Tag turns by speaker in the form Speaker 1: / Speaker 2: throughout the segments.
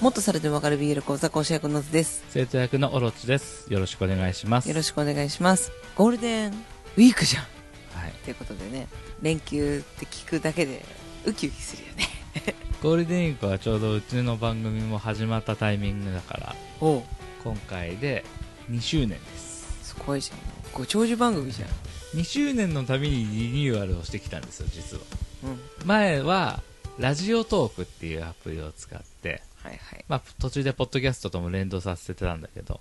Speaker 1: もっとされてもわかる BL 講座講師役の図です。
Speaker 2: 生徒役のオロチです。よろしくお願いします。
Speaker 1: よろ
Speaker 2: し
Speaker 1: しくお願いします。ゴールデンウィークじゃん
Speaker 2: く。はい。
Speaker 1: ということでね、連休って聞くだけでウキウキするよね。
Speaker 2: ゴールデンウィークはちょうどうちの番組も始まったタイミングだから、
Speaker 1: おう
Speaker 2: 今回で2周年です。
Speaker 1: すごいじゃん。ご長寿番組じゃん。
Speaker 2: 2周年のためにリニューアルをしてきたんですよ、実は。
Speaker 1: うん。
Speaker 2: 前は、ラジオトークっていうアプリを使って、
Speaker 1: はいはい。
Speaker 2: まあ、途中でポッドキャストとも連動させてたんだけど、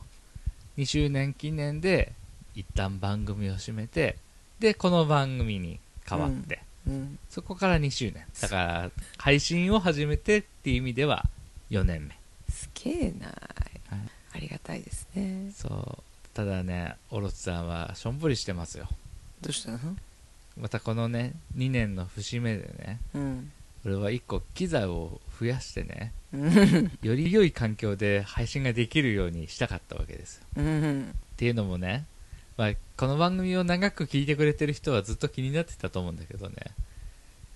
Speaker 2: 2周年記念で、一旦番組を閉めて、で、この番組に変わって、
Speaker 1: うん。
Speaker 2: そこから2周年。だから、配信を始めてっていう意味では4年目。
Speaker 1: すげえなありがたいですね。
Speaker 2: そう。ただね、オロチさんはしょんぼりしてますよ。
Speaker 1: どうしたの
Speaker 2: またこのね、2年の節目でね、
Speaker 1: うん。
Speaker 2: 俺は1個機材を増やして ね、
Speaker 1: うん。
Speaker 2: より良い環境で配信ができるようにしたかったわけですよ。
Speaker 1: うん。
Speaker 2: っていうのもね、まあ、この番組を長く聞いてくれてる人はずっと気になってたと思うんだけどね、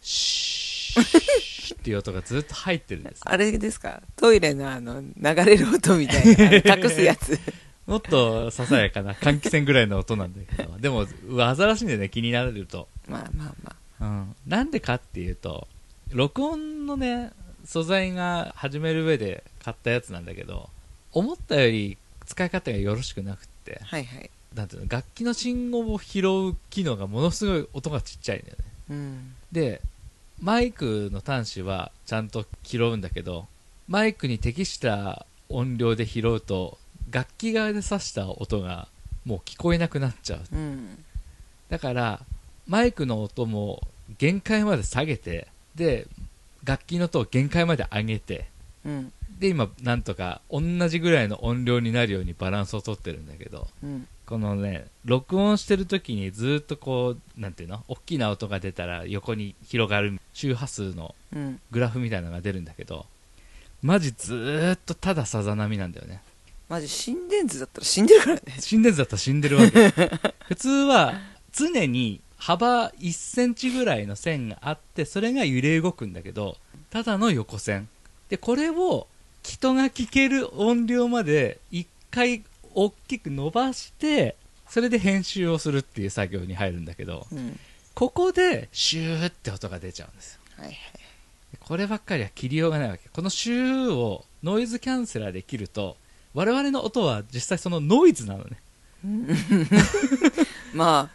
Speaker 2: シーっていう音がずっと入ってるんですね
Speaker 1: あれですかトイレのあの、流れる音みたいな。あの隠すや つ。
Speaker 2: もっとささやかな換気扇ぐらいの音なんだけど、でも、うわアザラシんでね、気になると。
Speaker 1: まあまあまあ。
Speaker 2: うん。なんでかっていうと、録音のね、素材が始める上で買ったやつなんだけど、思ったより使い方がよろしくなくって、
Speaker 1: はいはい。
Speaker 2: なんていうの、楽器の信号を拾う機能がものすごい音がちっちゃいんだよね。
Speaker 1: うん。
Speaker 2: で、マイクの端子はちゃんと拾うんだけど、マイクに適した音量で拾うと、楽器側で刺した音がもう聞こえなくなっちゃう。
Speaker 1: うん。
Speaker 2: だから、マイクの音も限界まで下げて、で、楽器の音を限界まで上げて、
Speaker 1: うん。
Speaker 2: で、今、なんとか同じぐらいの音量になるようにバランスをとってるんだけど、
Speaker 1: うん。
Speaker 2: このね、録音してる時にずっとこう、なんていうの大きな音が出たら横に広がる周波数の
Speaker 1: うん。
Speaker 2: グラフみたいなのが出るんだけど、マジずーっとたださざ波なんだよね。
Speaker 1: マジ心電図だったら死んでるからね。
Speaker 2: 死んでるやつだったら死んでるわけ。普通は常に幅1センチぐらいの線があって、それが揺れ動くんだけど、ただの横線。で、これを人が聞ける音量まで一回大きく伸ばして、それで編集をするっていう作業に入るんだけど、
Speaker 1: うん。
Speaker 2: ここでシューって音が出ちゃうんですよ。
Speaker 1: はいはい。
Speaker 2: こればっかりは切りようがないわけこのシューをノイズキャンセラーで切ると我々の音は実際そのノイズなのね
Speaker 1: ま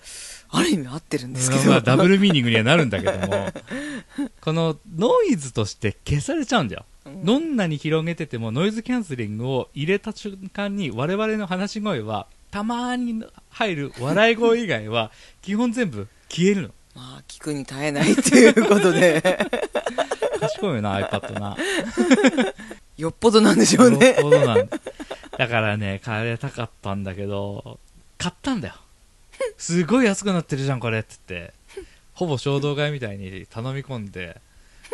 Speaker 1: あ、ある意味合ってるんですけど。
Speaker 2: まあダブルミーニングにはなるんだけどもこのノイズとして消されちゃうんだよ
Speaker 1: うん
Speaker 2: どんなに広げててもノイズキャンセリングを入れた瞬間に我々の話し声はたまに入る笑い声以外は基本全部消えるの
Speaker 1: まあ、聞くに耐えないっていうこと で、
Speaker 2: 賢いよな iPad な
Speaker 1: よっぽどなんでしょう
Speaker 2: なる
Speaker 1: ね。
Speaker 2: ほどなんだ。だからね、買えたかったんだけど、買ったんだよ。すごい安くなってるじゃん、これって言って。ほぼ衝動買いみたいに頼み込んで、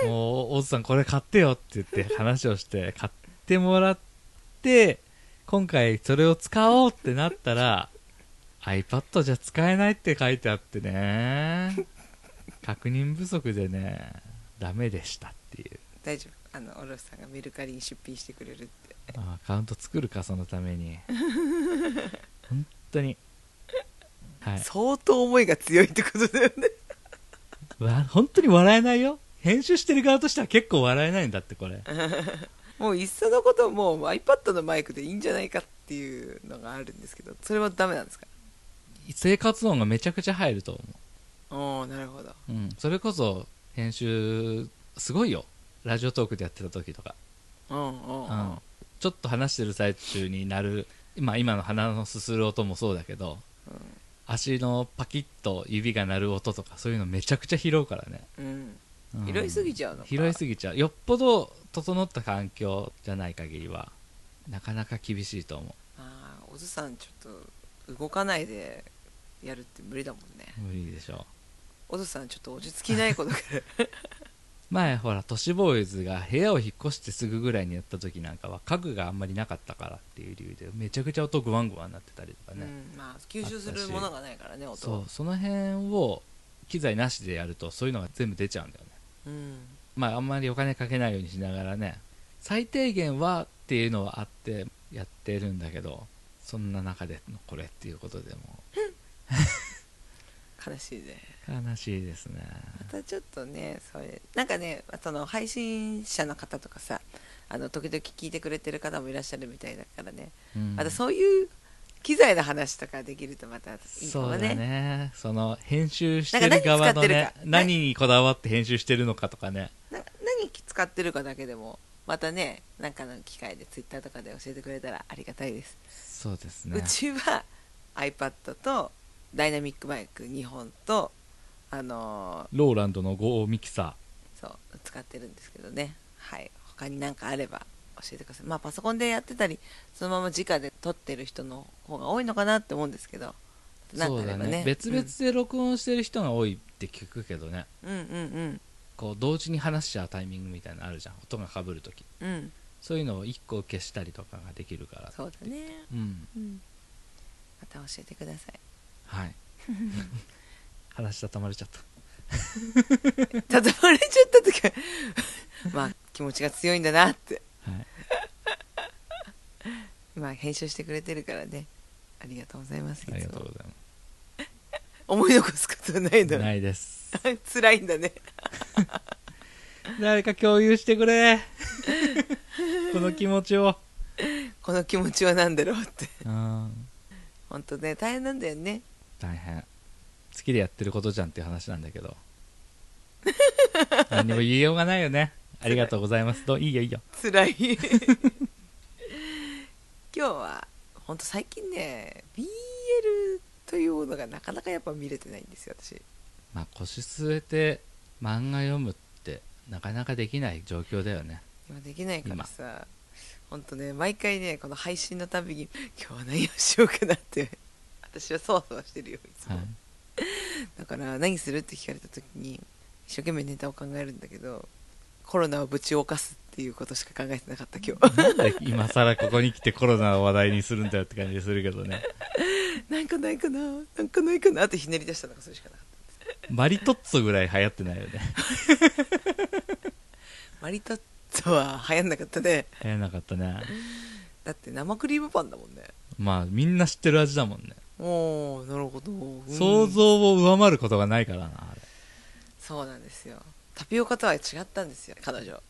Speaker 2: もう、大津さんこれ買ってよって言って話をして、買ってもらって、今回それを使おうってなったら、iPad じゃ使えないって書いてあってね、確認不足でね、ダメでしたっていう。
Speaker 1: 大丈夫。あの、オロフさんがメルカリに出品してくれるって。
Speaker 2: あアカウント作るかそのた めに本当にはい
Speaker 1: 相当思いが強いってことだよね。
Speaker 2: わ本当に笑えないよ編集してる側としては結構笑えないんだってこれ
Speaker 1: もういっそのこともう iPad のマイクでいいんじゃないかっていうのがあるんですけど、それはダメなんですか
Speaker 2: 生活音がめちゃくちゃ入ると思
Speaker 1: おー、なるほど。
Speaker 2: う、うん、それこそ編集すごいよラジオトークでやってた時とか、
Speaker 1: うんうんう
Speaker 2: う
Speaker 1: ん
Speaker 2: ん、ちょっと話してる最中になる、まあ、今の鼻のすする音もそうだけど、
Speaker 1: うん
Speaker 2: 足のパキッと指が鳴る音とかそういうのめちゃくちゃ拾うからね
Speaker 1: うん。
Speaker 2: うん
Speaker 1: 拾いすぎちゃうのか
Speaker 2: 拾いすぎちゃうよっぽど整った環境じゃない限りはなかなか厳しいと思
Speaker 1: あーおずさんちょっと動かないでやるって無理だもんね
Speaker 2: う無理でしょう
Speaker 1: おずさんちょっと落ち着きない ことから
Speaker 2: 前ほら都市ボーイズが部屋を引っ越してすぐぐらいにやった時なんかは家具があんまりなかったからっていう理由でめちゃくちゃ音グワングワンなってたりとかね、
Speaker 1: うんまあ吸収するものがないからね音
Speaker 2: そ
Speaker 1: は
Speaker 2: うその辺を機材なしでやるとそういうのが全部出ちゃうんだよね
Speaker 1: うん
Speaker 2: まああんまりお金かけないようにしながらね最低限はっていうのはあってやってるんだけどそんな中でのこれっていうことでも
Speaker 1: 悲しいね
Speaker 2: 悲しいですね
Speaker 1: またちょっとねそれなんかねその配信者の方とかさあの時々聞いてくれてる方もいらっしゃるみたいだからね、
Speaker 2: うん
Speaker 1: またそういう機材の話とかできるとまたいいか
Speaker 2: そ
Speaker 1: も
Speaker 2: うだ
Speaker 1: ね
Speaker 2: ねその編集してる
Speaker 1: なんか
Speaker 2: 側
Speaker 1: 何使
Speaker 2: の
Speaker 1: ってる
Speaker 2: ね
Speaker 1: か
Speaker 2: 何にこだわって編集してるのかとかね
Speaker 1: な何使ってるかだけでもまたねなんかの機会でツイッターとかで教えてくれたらありがたいです、
Speaker 2: そうですね
Speaker 1: うちは iPad とダイナミックマイク2本とあの
Speaker 2: ローランドの5ミキサ
Speaker 1: ーそう使ってるんですけどねはい他に何かあれば教えてくださいまあパソコンでやってたりそのまま直で撮ってる人の方が多いのかなって思うんですけど
Speaker 2: ー
Speaker 1: なん
Speaker 2: そ
Speaker 1: かあ
Speaker 2: う
Speaker 1: れ
Speaker 2: だ
Speaker 1: ば
Speaker 2: ね別々で録音してる人が多いって聞くけどね、
Speaker 1: うん、うんうん
Speaker 2: こう同時に話しちゃうタイミングみたいなのあるじゃん音がかぶるとき
Speaker 1: うんうん
Speaker 2: そういうのを1個消したりとかができるから
Speaker 1: そうだね
Speaker 2: うん
Speaker 1: うんまた教えてください
Speaker 2: はい話したたまれちゃった
Speaker 1: たとまれちゃった時は まあ気持ちが強いんだなって
Speaker 2: はい、
Speaker 1: まあ編集してくれてるからねありがとうございますいつも
Speaker 2: ありがとうござい
Speaker 1: 思い残すことはない
Speaker 2: ます
Speaker 1: だろ
Speaker 2: ないです
Speaker 1: 辛いんだね
Speaker 2: 誰か共有してくれ この気持ちを
Speaker 1: この気持ちは何だろうって
Speaker 2: うん
Speaker 1: 本当ね大変なんだよね
Speaker 2: 大変好きでやってることじゃんっていう話なんだけど 何にも言いようがないよねありがとうございますどういいよいいよ
Speaker 1: 辛い 今日は本当最近ね BL というものがなかなかやっぱ見れてないんですよ私
Speaker 2: まあ腰据えて漫画読むってなかなかできない状況だよね
Speaker 1: 今できないからさ本当ね毎回ねこの配信のたびに今日は何をしようかなって私はそわそわしてるよいつ
Speaker 2: はい
Speaker 1: も、だから何するって聞かれた時に一生懸命ネタを考えるんだけどコロナをぶち犯すっていうことしか考えてなかった今日
Speaker 2: なんで今更ここに来てコロナの話題にするんだよって感じするけどね
Speaker 1: なんかないかななんかないかなってひねり出したのがそれしかなかっ
Speaker 2: マリトッツォぐらい流行ってないよね
Speaker 1: たマリトッツォは流行んなかったね
Speaker 2: 流行らなかったね
Speaker 1: だって生クリームパンだもんね
Speaker 2: まあみんな知ってる味だもんね、
Speaker 1: おーなるほど、うん
Speaker 2: 想像を上回ることがないからなあれ
Speaker 1: そうなんですよタピオカとは違ったんですよ彼女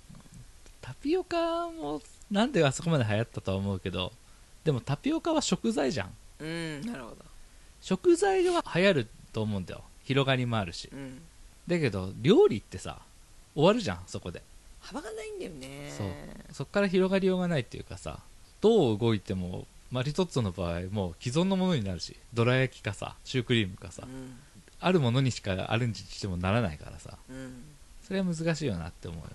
Speaker 2: タピオカもなんであそこまで流行ったとは思うけどでもタピオカは食材じゃん
Speaker 1: うんなるほど
Speaker 2: 食材は流行ると思うんだよ広がりもあるし
Speaker 1: うん
Speaker 2: だけど料理ってさ終わるじゃんそこで
Speaker 1: 幅がないんだよね
Speaker 2: そうそっから広がりようがないっていうかさどう動いてもマリトッツォの場合もう既存のものになるしどら焼きかさシュークリームかさ、
Speaker 1: うん
Speaker 2: あるものにしかアレンジしてもならないからさ
Speaker 1: うん
Speaker 2: それは難しいよなって思うよ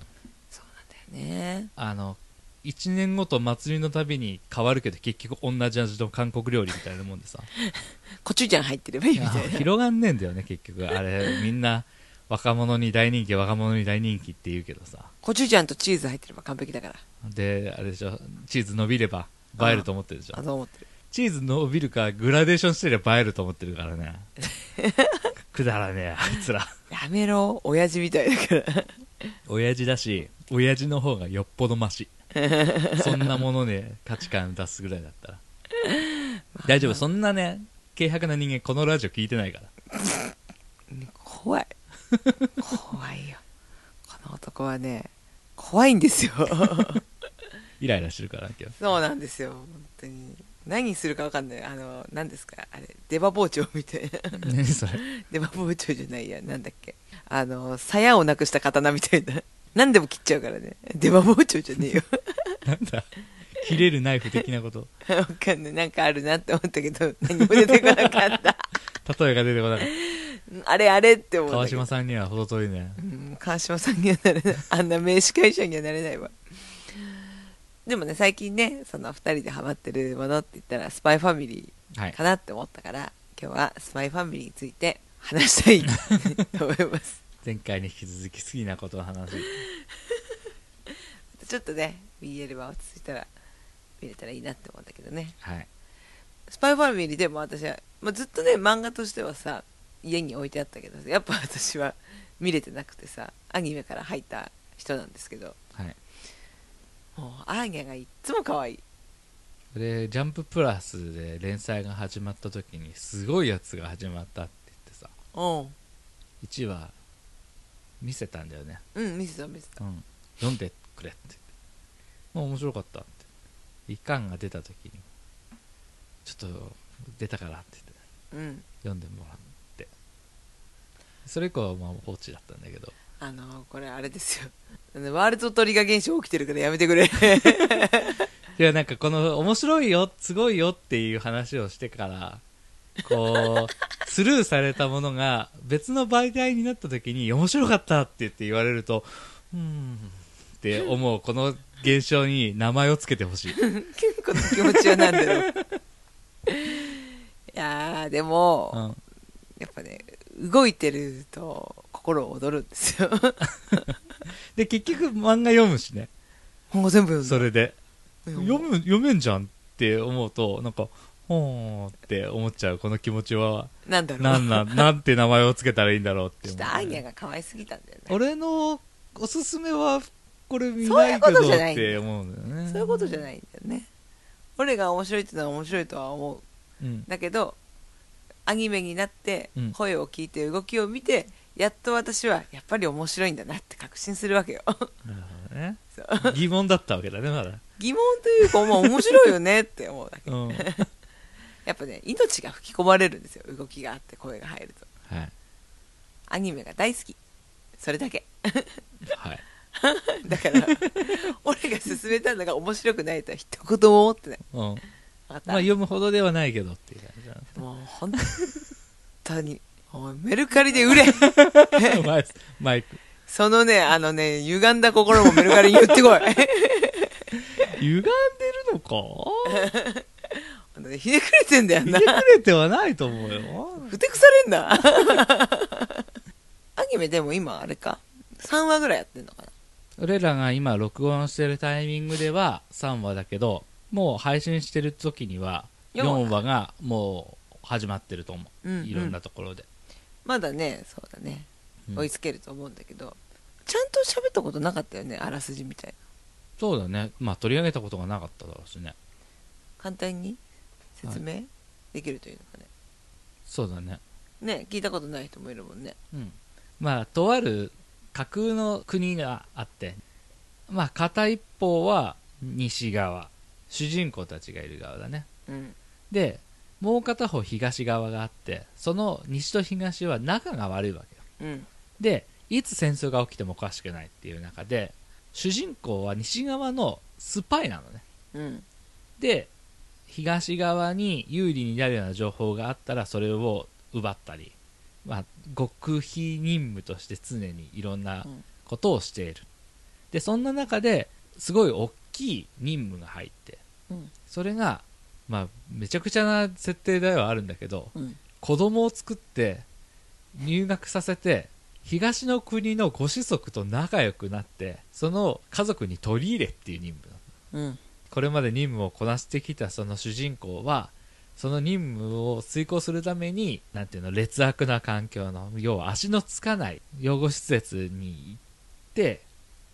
Speaker 1: そうなんだよね
Speaker 2: あの1年ごと祭りのたびに変わるけど結局同じ味の韓国料理みたいなもんでさ
Speaker 1: コチュジャン入ってればいい
Speaker 2: い
Speaker 1: み
Speaker 2: や
Speaker 1: たいな
Speaker 2: 広がんねえんだよね結局あれみんな若者に大人気若者に大人気って言うけどさ
Speaker 1: コチュジャンとチーズ入ってれば完璧だから
Speaker 2: であれでしょチーズ伸びれば映えると思ってるでしょ
Speaker 1: あそう思ってる
Speaker 2: チーズ伸びるかグラデーションしてれば映えると思ってるからねくだらねえあいつら
Speaker 1: やめろ親父みたいだから
Speaker 2: 親父だし親父の方がよっぽどマ シそんなもので価値観出すぐらいだったら大丈夫そんなね軽薄な人間このラジオ聞いてないから
Speaker 1: 怖い怖いよこの男はね怖いんです よ
Speaker 2: イライラしてるから今日
Speaker 1: そうなんですよ本当に何するか分かんないあの何ですかあれ出刃包丁みたいな
Speaker 2: 何それ
Speaker 1: 出刃包丁じゃないやなんだっけあの鞘をなくした刀みたいな何でも切っちゃうからね出刃包丁じゃねえよ
Speaker 2: なんだ切れるナイフ的なこと
Speaker 1: わかんない。なんかあるなって思ったけど、何も出てこなかった。
Speaker 2: 例えが出てこなかっ
Speaker 1: あれあれって思
Speaker 2: た
Speaker 1: った
Speaker 2: 川
Speaker 1: けど。
Speaker 2: 島さんには程遠いね
Speaker 1: うん、川島さんにはなれない。あんな名司会者にはなれないわ。でもね、最近ね、その二人でハマってるものって言ったら、スパイファミリ
Speaker 2: は
Speaker 1: ー
Speaker 2: い
Speaker 1: かなって思ったから、今日はスパイファミリーについて話したいと思い ます。
Speaker 2: 前回に引き続き好きなことを話す
Speaker 1: ちょっとね、BL は落ち着いたら、見れたらいいなって思うんだけどね。
Speaker 2: はい
Speaker 1: スパイファミリーでも私は、まあずっとね漫画としてはさ家に置いてあったけどやっぱ私は見れてなくてさアニメから入った人なんですけど
Speaker 2: はい
Speaker 1: あもうアーニャがいっつも可愛い
Speaker 2: でジャンププラスで連載が始まった時にすごいやつが始まったって言ってさ
Speaker 1: うん
Speaker 2: 1話見せたんだよね、
Speaker 1: うん見せた見せた
Speaker 2: うん、読んでくれって言ってまあ面白かったって一巻が出た時にちょっと出たからって言って
Speaker 1: うん
Speaker 2: 読んでもらってそれ以降はまあ放置だったんだけど
Speaker 1: あのこれあれですよ あのワールドトリガー現象起きてるからやめてくれ
Speaker 2: いやなんかこの面白いよすごいよっていう話をしてからこうスルーされたものが別の媒体になった時に面白かったって言って言われるとうーんって思うこの現象に名前をつけてほしい
Speaker 1: この気持ちは何 だろういやーでも、
Speaker 2: うん
Speaker 1: やっぱね動いてると心躍るんですよ も
Speaker 2: で結局漫画読むしね
Speaker 1: う全部
Speaker 2: そ
Speaker 1: 読んだ
Speaker 2: れで読
Speaker 1: うん
Speaker 2: む読めんじゃんって思うとなんかほーんって思っちゃうこの気持ちは
Speaker 1: なんだろう
Speaker 2: なんなんなんて名前をつけたらいいんだろうって
Speaker 1: ちょっ
Speaker 2: 思う
Speaker 1: とアーニャが可愛すぎたんだよね
Speaker 2: 俺のおすすめはこれ見ないけ
Speaker 1: そういう
Speaker 2: ど
Speaker 1: ことじゃない
Speaker 2: っ
Speaker 1: んだ
Speaker 2: て
Speaker 1: よ
Speaker 2: 思うんだよね
Speaker 1: そういうことじゃ
Speaker 2: い、
Speaker 1: ないんだよね俺が面白いってのは面白いとは思う
Speaker 2: うん、
Speaker 1: だけどアニメになって
Speaker 2: うん
Speaker 1: 声を聞いて動きを見て、やっと私はやっぱり面白いんだなって確信するわけよ
Speaker 2: なるほどね
Speaker 1: そう
Speaker 2: 疑問だったわけだねまだ、
Speaker 1: 疑問というかまあ面白いよねって思うだけ
Speaker 2: うんはい、
Speaker 1: やっぱね命が吹き込まれるんですよ動きがあって声が入るとアニメが大好きそれだけ
Speaker 2: はい、
Speaker 1: だから 俺が勧めたのが面白くないとは一言も思ってない
Speaker 2: うん、ま
Speaker 1: 分かっ
Speaker 2: あ
Speaker 1: た、
Speaker 2: 読むほどではないけどっていう感じだな
Speaker 1: もう本当においメルカリで売れ
Speaker 2: マイクマイク
Speaker 1: そのねあのね歪んだ心もメルカリに言ってこい
Speaker 2: 歪んでるのか
Speaker 1: あのねひねくれてんだよ
Speaker 2: 見
Speaker 1: な
Speaker 2: て。くれてはないと思うよ
Speaker 1: ふてくされんな。ア ニメでも今あれか。3話ぐらいやってんのかな。
Speaker 2: 俺らが今録音してるタイミングでは3話だけどもう配信してる時には
Speaker 1: 4
Speaker 2: 4
Speaker 1: 話
Speaker 2: 話がもう始まってると思う、
Speaker 1: うんうん
Speaker 2: いろんなところで、
Speaker 1: まだね、そうだね。
Speaker 2: うん
Speaker 1: 追いつけると思うんだけど。ちゃんと喋ったことなかったよね、あらすじみたいな。
Speaker 2: そうだねまあ取り上げたことがなかっただろうしね
Speaker 1: 簡単に説明できるというのかね。
Speaker 2: そうだね
Speaker 1: ね、聞いたことない人もいるもんね。
Speaker 2: うんまあとある架空の国があってまあ片一方は西側主人公たちがいる側だね
Speaker 1: うん。
Speaker 2: でもう片方東側があってその西と東は仲が悪いわけよ
Speaker 1: うん。
Speaker 2: でいつ戦争が起きてもおかしくないっていう中で主人公は西側のスパイなのね
Speaker 1: うん。
Speaker 2: で東側に有利になるような情報があったらそれを奪ったり、まあ、極秘任務として常にいろんな
Speaker 1: うん
Speaker 2: ことをしている、でそんな中ですごい大きい任務が入って
Speaker 1: うん。
Speaker 2: それが、まあ、めちゃくちゃな設定ではあるんだけど
Speaker 1: うん。
Speaker 2: 子供を作って入学させて東の国のご子息と仲良くなってその家族に取り入れっていう任務なの
Speaker 1: うん。
Speaker 2: これまで任務をこなしてきたその主人公はその任務を遂行するためになんていうの劣悪な環境の要は足のつかない養護施設に行って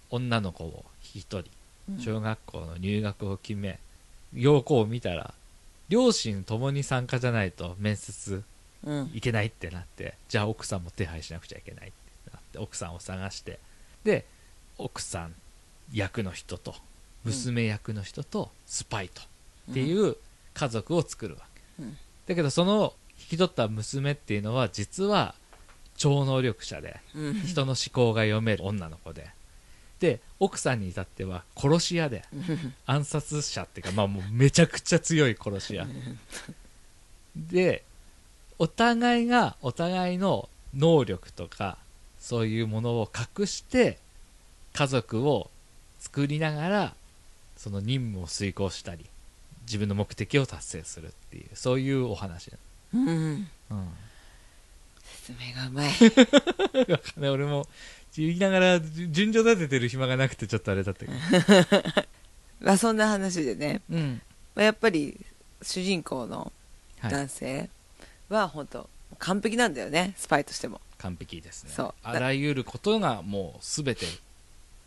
Speaker 2: 女の子を引き取り小学校の入学を決め要項を見たら両親ともに参加じゃないと面接
Speaker 1: うん。
Speaker 2: いけないってなってじゃあ奥さんも手配しなくちゃいけないってなって奥さんを探してで奥さん役の人と娘役の人とスパイとっていう家族を作るわけ、
Speaker 1: うん
Speaker 2: だけどその引き取った娘っていうのは実は超能力者で
Speaker 1: うん。
Speaker 2: 人の思考が読める女の子でで奥さんに至っては殺し屋で
Speaker 1: うん。
Speaker 2: 暗殺者っていうかまあもうめちゃくちゃ強い殺し屋でお互いがお互いの能力とかそういうものを隠して家族を作りながらその任務を遂行したり自分の目的を達成するっていうそういうお話、
Speaker 1: うん。
Speaker 2: うん、
Speaker 1: 説明がうまい。
Speaker 2: ね俺も言いながらじゅ順序立ててる暇がなくてちょっとあれだったけど、
Speaker 1: まあそんな話でね。
Speaker 2: うん
Speaker 1: まあやっぱり主人公の
Speaker 2: はい、
Speaker 1: 男性は本当完璧なんだよねスパイとしても、
Speaker 2: 完璧ですね
Speaker 1: そう
Speaker 2: あらゆることがもう全て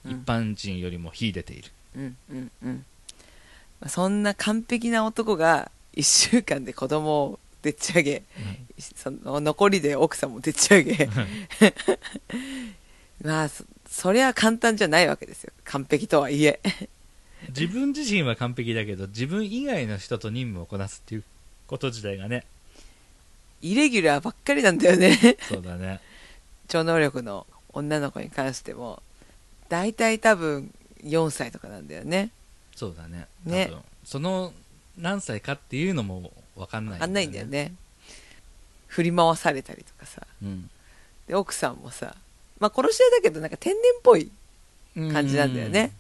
Speaker 1: うん
Speaker 2: 一般人よりも秀でている、
Speaker 1: うんうんうんまあそんな完璧な男が1週間で子供をでっち上げその残りで奥さんもでっち上げ まあそそりゃ簡単じゃないわけですよ完璧とはいえ
Speaker 2: 自分自身は完璧だけど自分以外の人と任務をこなすっていうこと自体がね
Speaker 1: イレギュラーばっかりなんだよね
Speaker 2: そうだね
Speaker 1: 超能力の女の子に関しても大体多分4歳とかなんだよね
Speaker 2: そうだね
Speaker 1: ね
Speaker 2: 多分その何歳かっていうのも分かんない
Speaker 1: あんないんだよね振り回されたりとかさ
Speaker 2: うん
Speaker 1: で奥さんもさまあ殺し屋だけどなんか天然っぽい感じなんだよね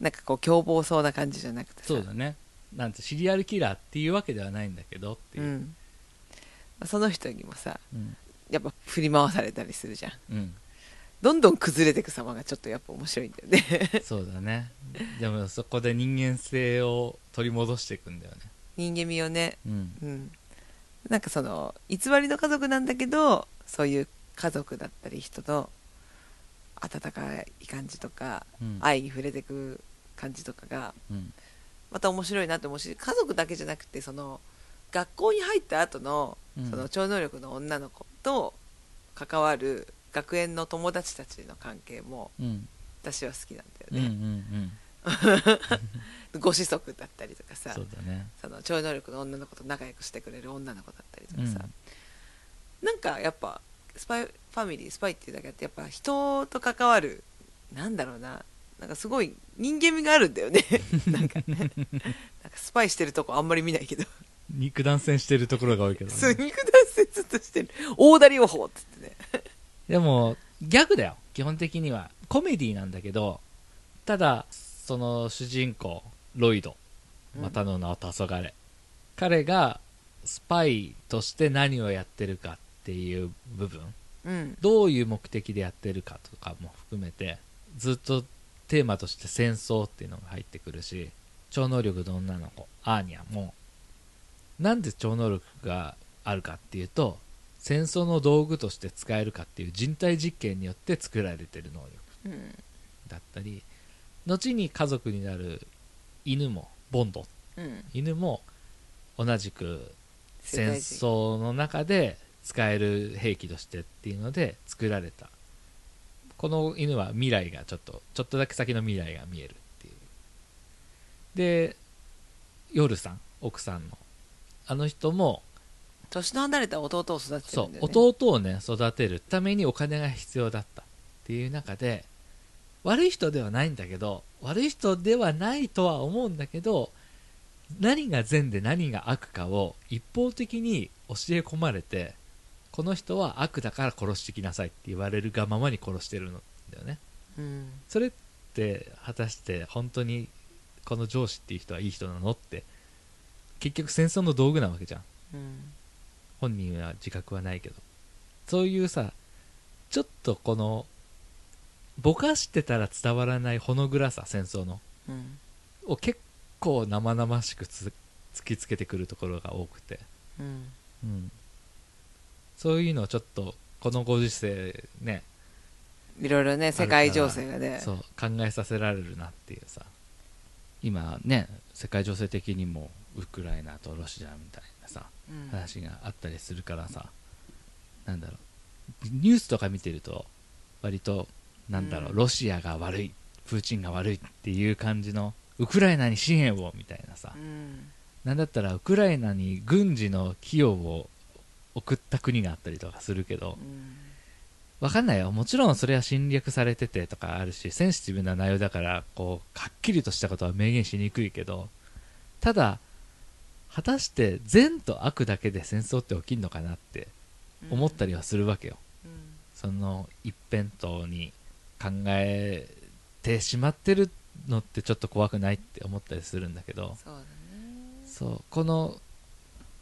Speaker 1: なんかこう凶暴そうな感じじゃなくてさ
Speaker 2: そうだねなんてシリアルキラーっていうわけではないんだけどっていうう、
Speaker 1: んその人にもさ
Speaker 2: うん
Speaker 1: やっぱ振り回されたりするじゃん
Speaker 2: うん
Speaker 1: どんどん崩れてく様がちょっとやっぱ面白いんだよね
Speaker 2: そうだねでもそこで人間性を取り戻していくんだよね
Speaker 1: 人間味をね
Speaker 2: うん
Speaker 1: うんなんかその偽りの家族なんだけどそういう家族だったり人の温かい感じとか、
Speaker 2: うん
Speaker 1: 愛に触れてく感じとかが
Speaker 2: うん
Speaker 1: また面白いなって思うし家族だけじゃなくてその学校に入った後の
Speaker 2: うん
Speaker 1: その超能力の女の子と関わる学園の友達たちの関係も
Speaker 2: うん
Speaker 1: 私は好きなん
Speaker 2: うんう
Speaker 1: だ
Speaker 2: んう
Speaker 1: よね、
Speaker 2: ん
Speaker 1: ご子息だったりとかさ
Speaker 2: そうだね
Speaker 1: その超能力の女の子と仲良くしてくれる女の子だったりと
Speaker 2: う
Speaker 1: か
Speaker 2: ん
Speaker 1: さ、なんかやっぱスパイファミリースパイっていうだけあってやっぱ人と関わるなんだろうななんかすごい人間味があるんだよ ねなんかなんかスパイしてるとこあんまり見ないけど
Speaker 2: 肉弾戦してるところが多いけど、
Speaker 1: そう
Speaker 2: ね、
Speaker 1: 肉弾戦ずっとしてる大谷療法っつってね
Speaker 2: でもギャグだよ基本的にはコメディなんだけどただその主人公ロイドまたの名を黄昏、彼がスパイとして何をやってるかっていう部分
Speaker 1: うん
Speaker 2: どういう目的でやってるかとかも含めてずっとテーマとして戦争っていうのが入ってくるし超能力の女の子アーニャもなんで超能力があるかっていうと戦争の道具として使えるかっていう人体実験によって作られてる能
Speaker 1: う
Speaker 2: 力
Speaker 1: ん
Speaker 2: だったり後に家族になる犬もボンド
Speaker 1: うん
Speaker 2: 犬も同じく戦争の中で使える兵器としてっていうので作られたこの犬は未来がちょっとちょっとだけ先の未来が見えるっていうで夜さん奥さんのあの人も
Speaker 1: 年の離れた弟を育ててる
Speaker 2: そ
Speaker 1: ん
Speaker 2: う
Speaker 1: だよね
Speaker 2: 弟をね育てるためにお金が必要だったっていう中で悪い人ではないんだけど悪い人ではないとは思うんだけど何が善で何が悪かを一方的に教え込まれてこの人は悪だから殺してきなさいって言われるがままに殺してるんだよね
Speaker 1: うん
Speaker 2: それって果たして本当にこの上司っていう人はいい人なのって結局戦争の道具なわけじゃん
Speaker 1: うん
Speaker 2: 本人は自覚はないけどそういうさちょっとこのぼかしてたら伝わらないほの暗さ戦争の
Speaker 1: うん
Speaker 2: を結構生々しくつ突きつけてくるところが多くて、
Speaker 1: うん
Speaker 2: そういうのをちょっとこのご時世ね
Speaker 1: いろいろね世界情勢がね
Speaker 2: そう考えさせられるなっていうさ今ね世界情勢的にもウクライナとロシアみたいなさ
Speaker 1: うん
Speaker 2: 話があったりするからさ、なんだろうニュースとか見てると割となんだろう、
Speaker 1: うん
Speaker 2: ロシアが悪いプーチンが悪いっていう感じのウクライナに支援をみたいなさ、
Speaker 1: うん
Speaker 2: なんだったらウクライナに軍事の寄与を送った国があったりとかするけど
Speaker 1: うん
Speaker 2: わかんないよもちろんそれは侵略されててとかあるしセンシティブな内容だからこうはっきりとしたことは明言しにくいけどただ果たして善と悪だけで戦争って起きるのかなって思ったりはするわけよ、
Speaker 1: うん
Speaker 2: その一辺倒に考えてしまってるのってちょっと怖くないって思ったりするんだけど
Speaker 1: そうだね
Speaker 2: そうこの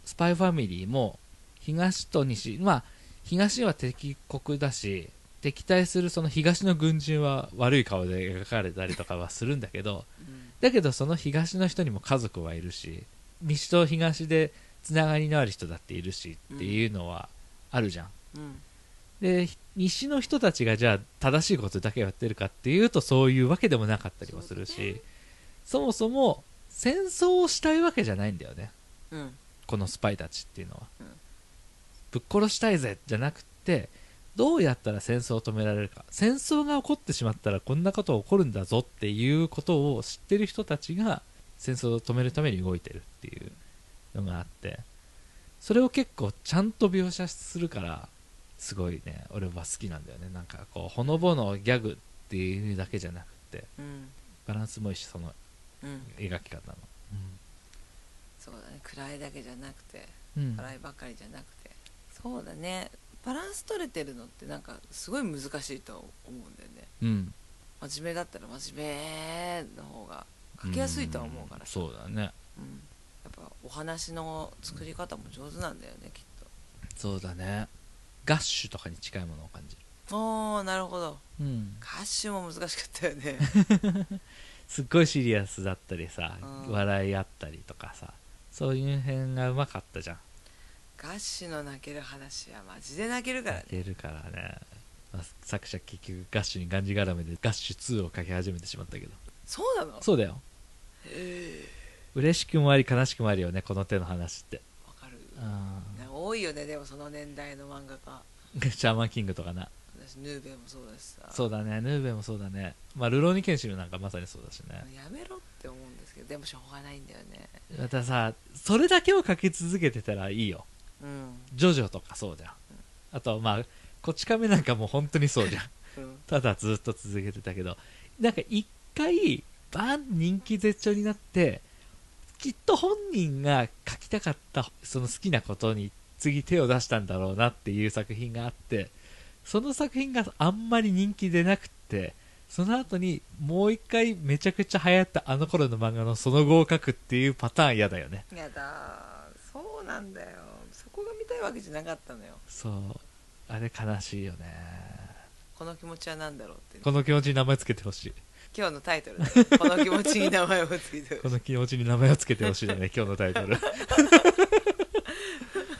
Speaker 2: スパイファミリーも東と西まあ東は敵国だし敵対するその東の軍人は悪い顔で描かれたりとかはするんだけど
Speaker 1: うん
Speaker 2: だけどその東の人にも家族はいるし西と東でつながりのある人だっているしっていうのはあるじゃん、
Speaker 1: うん
Speaker 2: で西の人たちがじゃあ正しいことだけをやってるかっていうとそういうわけでもなかったりもするしそもそも戦争をしたいわけじゃないんだよね
Speaker 1: うん
Speaker 2: このスパイたちっていうのは、
Speaker 1: うん
Speaker 2: ぶっ殺したいぜじゃなくてどうやったら戦争を止められるか戦争が起こってしまったらこんなこと起こるんだぞっていうことを知ってる人たちが戦争を止めるために動いてるっていうのがあってそれを結構ちゃんと描写するからすごいね俺は好きなんだよねなんかこうほのぼのギャグっていうだけじゃなくて
Speaker 1: うん
Speaker 2: バランスもいいしその
Speaker 1: うん
Speaker 2: 描き方の、
Speaker 1: そうだね暗いだけじゃなくて
Speaker 2: うん
Speaker 1: 笑いばかりじゃなくてそうだねバランス取れてるのってなんかすごい難しいと思うんだよね
Speaker 2: うん、
Speaker 1: 真面目だったら真面目の方が書きやすいとは思うから
Speaker 2: んそうだね
Speaker 1: うんやっぱお話の作り方も上手なんだよねきっ
Speaker 2: そうだねガッシュとかに近いものを感じ
Speaker 1: とああなるほど
Speaker 2: る、うん、
Speaker 1: 歌手も難しかったよ ね
Speaker 2: すっごいシリアスだったりさ
Speaker 1: うん
Speaker 2: 笑いあったりとかさそういう辺がうまかったじゃん
Speaker 1: 歌手の泣ける話はマジで泣けるからね
Speaker 2: 出るからね、まあ作者結局ガッシュにがんじがらめでガッシュ2を書き始めてしまったけど
Speaker 1: そうなの
Speaker 2: そうだよ
Speaker 1: え
Speaker 2: 嬉しくもあり悲しくもありよねこの手の話って
Speaker 1: えわかる
Speaker 2: あ
Speaker 1: な多いよねでもその年代の漫画家
Speaker 2: ーシャーマンキングとかな
Speaker 1: 私ヌーベもそうだしさ
Speaker 2: そうだねヌーベもそうだねまあルローニケンシルなんかまさにそうだしね
Speaker 1: やめろって思うんですけどでもしょうがないんだよね
Speaker 2: またさそれだけを書き続けてたらいいよ
Speaker 1: うん、
Speaker 2: ジョジョとかそうじゃんあとまあこち亀なんかもう本当にそうじゃん
Speaker 1: うん、
Speaker 2: ただずっと続けてたけどなんか一回バーン人気絶頂になってきっと本人が書きたかったその好きなことに次手を出したんだろうなっていう作品があってその作品があんまり人気出なくってその後にもう一回めちゃくちゃ流行ったあの頃の漫画のその後を書くっていうパターン嫌だよね
Speaker 1: やだーそうなんだよそこが見たいわけじゃなかったのよ
Speaker 2: そうあれ悲しいよね
Speaker 1: この気持ちは何だろうって
Speaker 2: この気持ちに名前つけてほしい
Speaker 1: 今日のタイトルだ よこの気持ちに名前をつけて
Speaker 2: この気持ちに名前をつけてほしいだ ね今日のタイトル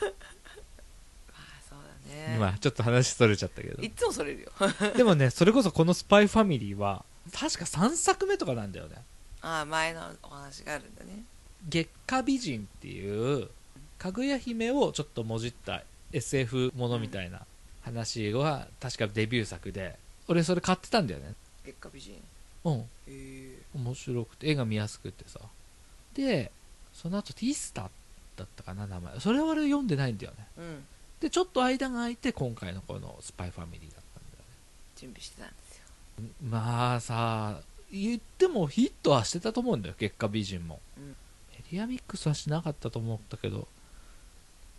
Speaker 1: あーそうだね
Speaker 2: 今ちょっと話それちゃったけど
Speaker 1: いっつもそれるよ
Speaker 2: でもねそれこそこの「スパイファミリーは確か3作目とかなんだよね
Speaker 1: ああ前のお話があるんだね
Speaker 2: 月下美人っていうかぐや姫をちょっともじった SF ものみたいな話は確かデビュー作で俺それ買ってたんだよね
Speaker 1: 月下美人へ
Speaker 2: うん
Speaker 1: え
Speaker 2: 面白くて絵が見やすくてさでその後ティスタだったかな名前それは俺読んでないんだよね
Speaker 1: うん
Speaker 2: でちょっと間が空いて今回のこの「スパイファミリーだったんだよね
Speaker 1: 準備してたんですよ
Speaker 2: まあさ言ってもヒットはしてたと思うんだよ結果美人も、
Speaker 1: うん
Speaker 2: メディアミックスはしなかったと思ったけど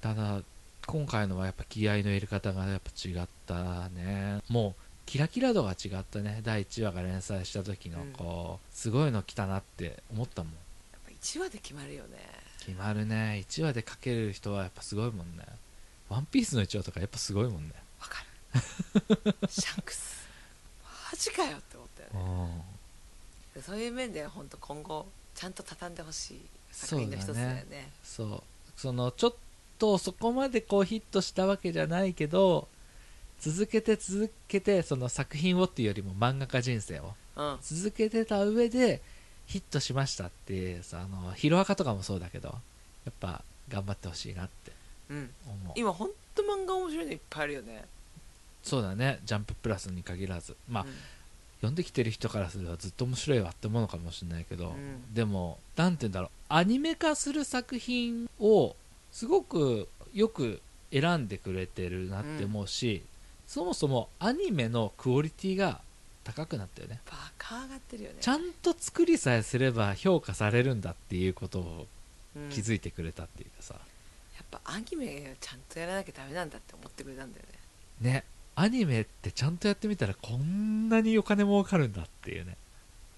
Speaker 2: ただ今回のはやっぱ気合の入れ方がやっぱ違ったねもうキラキラ度が違ったね第1話が連載した時の
Speaker 1: うん
Speaker 2: こう、すごいの来たなって思ったもん
Speaker 1: やっぱ1話で決まるよね
Speaker 2: 決まるね1話で描ける人はやっぱすごいもんねワンピースの1話とかやっぱすごいもんね
Speaker 1: わか るシャンクスマジかよって思ったよね
Speaker 2: うん
Speaker 1: そういう面で本当今後ちゃんと畳んでほしい作品の一つだよ
Speaker 2: そう
Speaker 1: ね
Speaker 2: そうそのちょっとそこまでこうヒットしたわけじゃないけど続けて続けてその作品をっていうよりも漫画家人生を
Speaker 1: うん
Speaker 2: 続けてた上でヒットしましたっていうさあのヒロアカとかもそうだけどやっぱ頑張ってほしいなって
Speaker 1: うん
Speaker 2: 思う
Speaker 1: 今本当漫画面白いのいっぱいあるよね
Speaker 2: そうだね「ジャンププラス」に限らずまあ、
Speaker 1: うん
Speaker 2: 読んできてる人からすればずっと面白いわって思うのかもしれないけど、
Speaker 1: うん
Speaker 2: でも何て言うんだろうアニメ化する作品をすごくよく選んでくれてるなって思うし、そもそもアニメのクオリティが高くなったよね
Speaker 1: バカ上がってるよね
Speaker 2: ちゃんと作りさえすれば評価されるんだっていうことを
Speaker 1: うん
Speaker 2: 気づいてくれたっていうかさ、
Speaker 1: やっぱアニメをちゃんとやらなきゃダメなんだって思ってくれたんだよね
Speaker 2: ねアニメってちゃんとやってみたらこんなにお金儲かるんだっていうね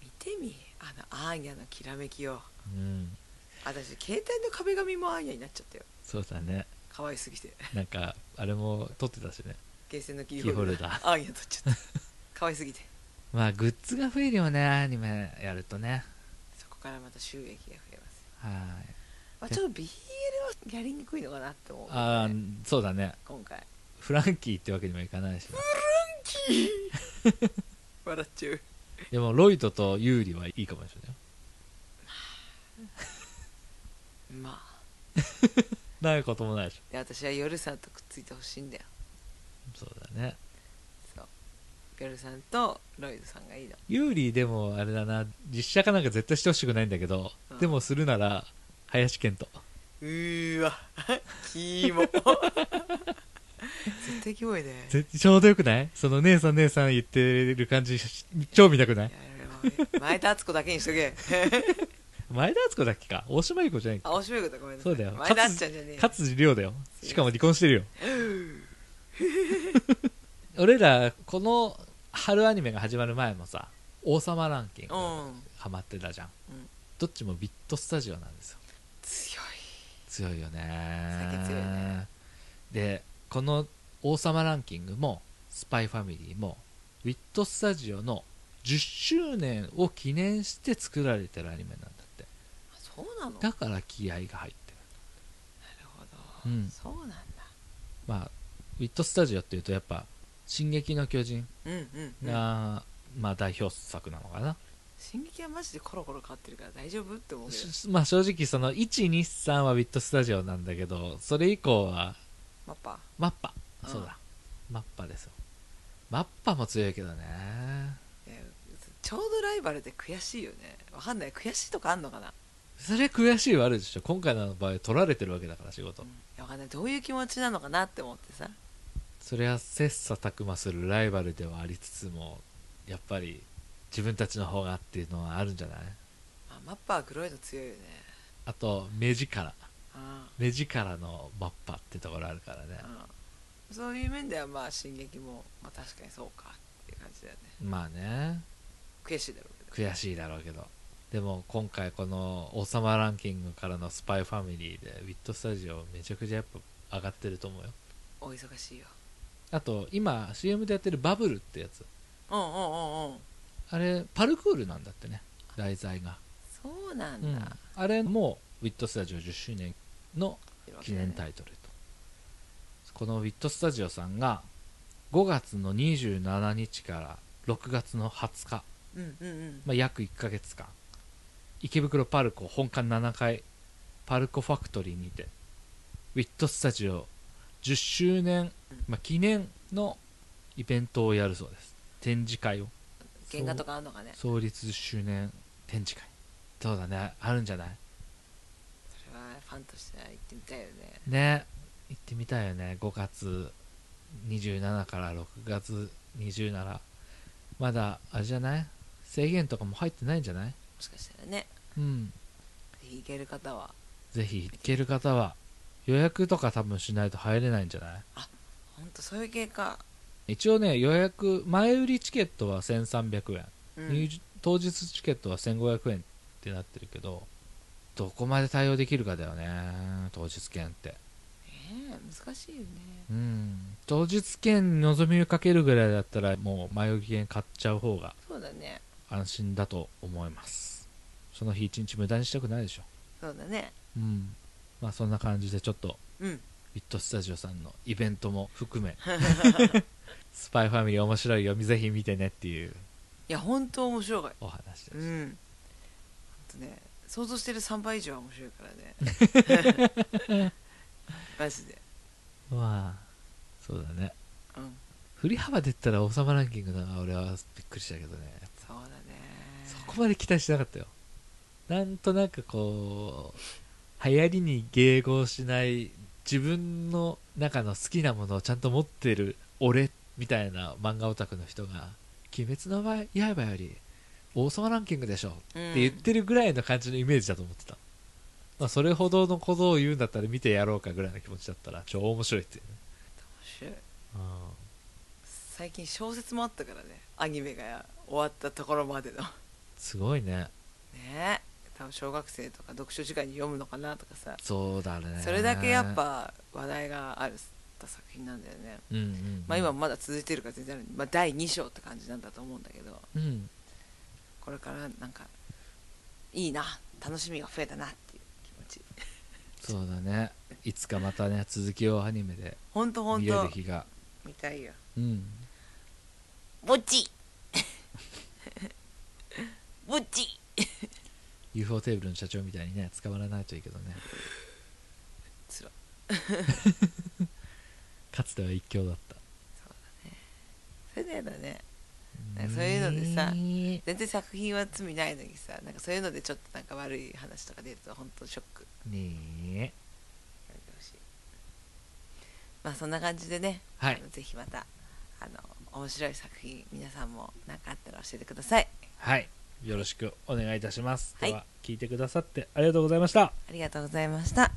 Speaker 1: 見てみあのアーニャのきらめきを
Speaker 2: うん
Speaker 1: 私携帯の壁紙もアーニャになっちゃったよ
Speaker 2: そうだね
Speaker 1: 可愛すぎて
Speaker 2: なんかあれも撮ってたしね
Speaker 1: ゲーセンのキ
Speaker 2: キ
Speaker 1: ー
Speaker 2: ーホ
Speaker 1: ホ
Speaker 2: ル
Speaker 1: ル
Speaker 2: ダ
Speaker 1: ダ
Speaker 2: ー
Speaker 1: ーアーニャ取っちゃった 可愛すぎて
Speaker 2: まあグッズが増えるよねアニメやるとね
Speaker 1: そこからまた収益が増えますよ、
Speaker 2: はい
Speaker 1: まあ、ちょっと BL はやりにくいのかなって思うけどね、
Speaker 2: あーそうだね
Speaker 1: 今回
Speaker 2: フランキーってわけにもいかないしね
Speaker 1: 笑っちゃう
Speaker 2: でもロイドとユーリはいいかもしれない
Speaker 1: まあ
Speaker 2: ないこともないでし
Speaker 1: で私は夜さんとくっついてほしいんだよ
Speaker 2: ょそうだね
Speaker 1: そう夜さんとロイドさんがいいの
Speaker 2: ユーリーでもあれだな実写化なんか絶対してほしくないんだけど、
Speaker 1: うん
Speaker 2: でもするなら林遣都
Speaker 1: うーわ キモ絶対キモいね
Speaker 2: ぜちょうどよくないその姉さん姉さん言ってる感じし超見たくない
Speaker 1: いやもう前田敦子だけにしとけ
Speaker 2: 前田敦子だっけか大島優子じゃない
Speaker 1: あ面白いことごめんなさい
Speaker 2: そうだよ
Speaker 1: 前田敦ちゃんじゃねえよ
Speaker 2: 勝地涼だよしかも離婚してるよ俺らこの春アニメが始まる前もさ「王様ランキング
Speaker 1: う」ん
Speaker 2: ハマってたじゃん、
Speaker 1: うん
Speaker 2: どっちもビットスタジオなんですよ
Speaker 1: 強い
Speaker 2: 強いよね
Speaker 1: 酒強いね
Speaker 2: でこの「王様ランキング」も「スパイファミリー」もウィットスタジオの10周年を記念して作られてるアニメなんだって
Speaker 1: あそうなのな
Speaker 2: だから気合が入ってる
Speaker 1: るほ
Speaker 2: う
Speaker 1: ど、
Speaker 2: ん
Speaker 1: そうなんだ
Speaker 2: まあウィットスタジオっていうとやっぱ「進撃の巨人
Speaker 1: うんうん、うん、
Speaker 2: が」まあ代表作なのかな、
Speaker 1: 進撃はマジでコロコロ変わってるから大丈夫って思うけど
Speaker 2: しまあ正直その123はウィットスタジオなんだけどそれ以降は
Speaker 1: マッパ
Speaker 2: マッパ
Speaker 1: うん
Speaker 2: そうだ、マッパですよマッパも強いけどね
Speaker 1: ねちょうどライバルで悔しいよねわかんない悔しいとかあんのかな、
Speaker 2: それ悔しいはあるでしょ今回の場合取られてるわけだから仕事、
Speaker 1: いやわかんないどういう気持ちなのかなって思ってさ
Speaker 2: それは切磋琢磨するライバルではありつつもやっぱり自分たちの方がっていうのはあるんじゃない
Speaker 1: あマッパは黒いの強いよね
Speaker 2: あと目力
Speaker 1: あ
Speaker 2: 目力のマッパってところあるからね
Speaker 1: あ、うん、そういう面ではまあ進撃も、まあ、確かにそうかっていう感じだよね
Speaker 2: まあね
Speaker 1: 悔しいだろうけど
Speaker 2: 悔しいだろうけどでも今回この「王様ランキング」からの「スパイファミリー」でウィットスタジオめちゃくちゃやっぱ上がってると思うよ
Speaker 1: お忙しいよ
Speaker 2: あと今 CM でやってる「バブル」ってやつ
Speaker 1: うんうんうんうん
Speaker 2: あれパルクールなんだってね題材が、
Speaker 1: そうなん
Speaker 2: う
Speaker 1: だ、
Speaker 2: んあれもウィットスタジオ10周年の記念
Speaker 1: イ
Speaker 2: タイトルとこのウィットスタジオさんが5月の27日から6月の20日、
Speaker 1: うんうんうん
Speaker 2: まあ、約1ヶ月間池袋パルコ本館7階パルコファクトリーにてウィットスタジオ10周年、まあ、記念のイベントをやるそうです展示会を
Speaker 1: 原画とかあんのかね
Speaker 2: 創立10周年展示会そうだねあるんじゃない
Speaker 1: それはファンとしては行ってみたいよね
Speaker 2: ね行ってみたいよね5月27から6月27まだあれじゃない制限とかも入ってないんじゃない
Speaker 1: もしかしたらね
Speaker 2: うん
Speaker 1: ぜひ行ける方は
Speaker 2: ぜひ行ける方は予約とか多分しないと入れないんじゃない
Speaker 1: ほんとそういう系か、
Speaker 2: 一応ね予約前売りチケットは1300円、
Speaker 1: うん
Speaker 2: 入場当日チケットは1500円ってなってるけどどこまで対応できるかだよね当日券って
Speaker 1: ねえ難しいよね
Speaker 2: うん当日券望みをかけるぐらいだったらもう前置き券買っちゃう方が
Speaker 1: そうだね
Speaker 2: 安心だと思いますその日一日無駄にしたくないでしょ
Speaker 1: そうだね
Speaker 2: うんまあそんな感じでちょっと
Speaker 1: うん
Speaker 2: ビットスタジオさんのイベントも 含めスパイファミリー面白いよぜひ見てねっていう
Speaker 1: いや本当面白い
Speaker 2: お話です、
Speaker 1: うんほんとね想像してる3倍以上は面白いからね マジで
Speaker 2: まあそうだね
Speaker 1: うん
Speaker 2: 振り幅で言ったら王様ランキングだな俺はびっくりしたけどね
Speaker 1: そうだね
Speaker 2: そこまで期待してなかったよなんとなくこう流行りに迎合しない自分の中の好きなものをちゃんと持ってる俺みたいな漫画オタクの人が「鬼滅の刃より王様ランキングでしょ」って言ってるぐらいの感じのイメージだと思ってた、まあ、それほどのことを言うんだったら見てやろうかぐらいの気持ちだったら超面白いっていうね、
Speaker 1: 面白い最近小説もあったからねアニメが終わったところま での
Speaker 2: すごいね
Speaker 1: ねえ多分小学生とか読書時間に読むのかなとかさ
Speaker 2: そうだね
Speaker 1: それだけやっぱ話題があるた作品なんだよね
Speaker 2: うんうんうん
Speaker 1: まあ今もまだ続いてるから全然ある、まあ、第2章って感じなんだと思うんだけど
Speaker 2: うん
Speaker 1: これからなんかいいな楽しみが増えたなっていう気持ち
Speaker 2: そうだねいつかまたね続きをアニメで
Speaker 1: ほんとほん
Speaker 2: 見れ
Speaker 1: と
Speaker 2: る日が
Speaker 1: 見たいよ
Speaker 2: うん
Speaker 1: ぼっちぼっち
Speaker 2: UFO テーブルの社長みたいにね捕まらないといいけどね
Speaker 1: つら
Speaker 2: かつては一強だった
Speaker 1: それだよねなんかそういうのでさ全然作品は罪ないのにさなんかそういうのでちょっとなんか悪い話とか出ると本当ショック
Speaker 2: ねえ
Speaker 1: やめてほしいまあそんな感じでね、
Speaker 2: はい
Speaker 1: あのぜひまたあの面白い作品皆さんも何かあったら教えてください
Speaker 2: はいよろしくお願いいたします、
Speaker 1: はい
Speaker 2: では聞いてくださってありがとうございました
Speaker 1: ありがとうございました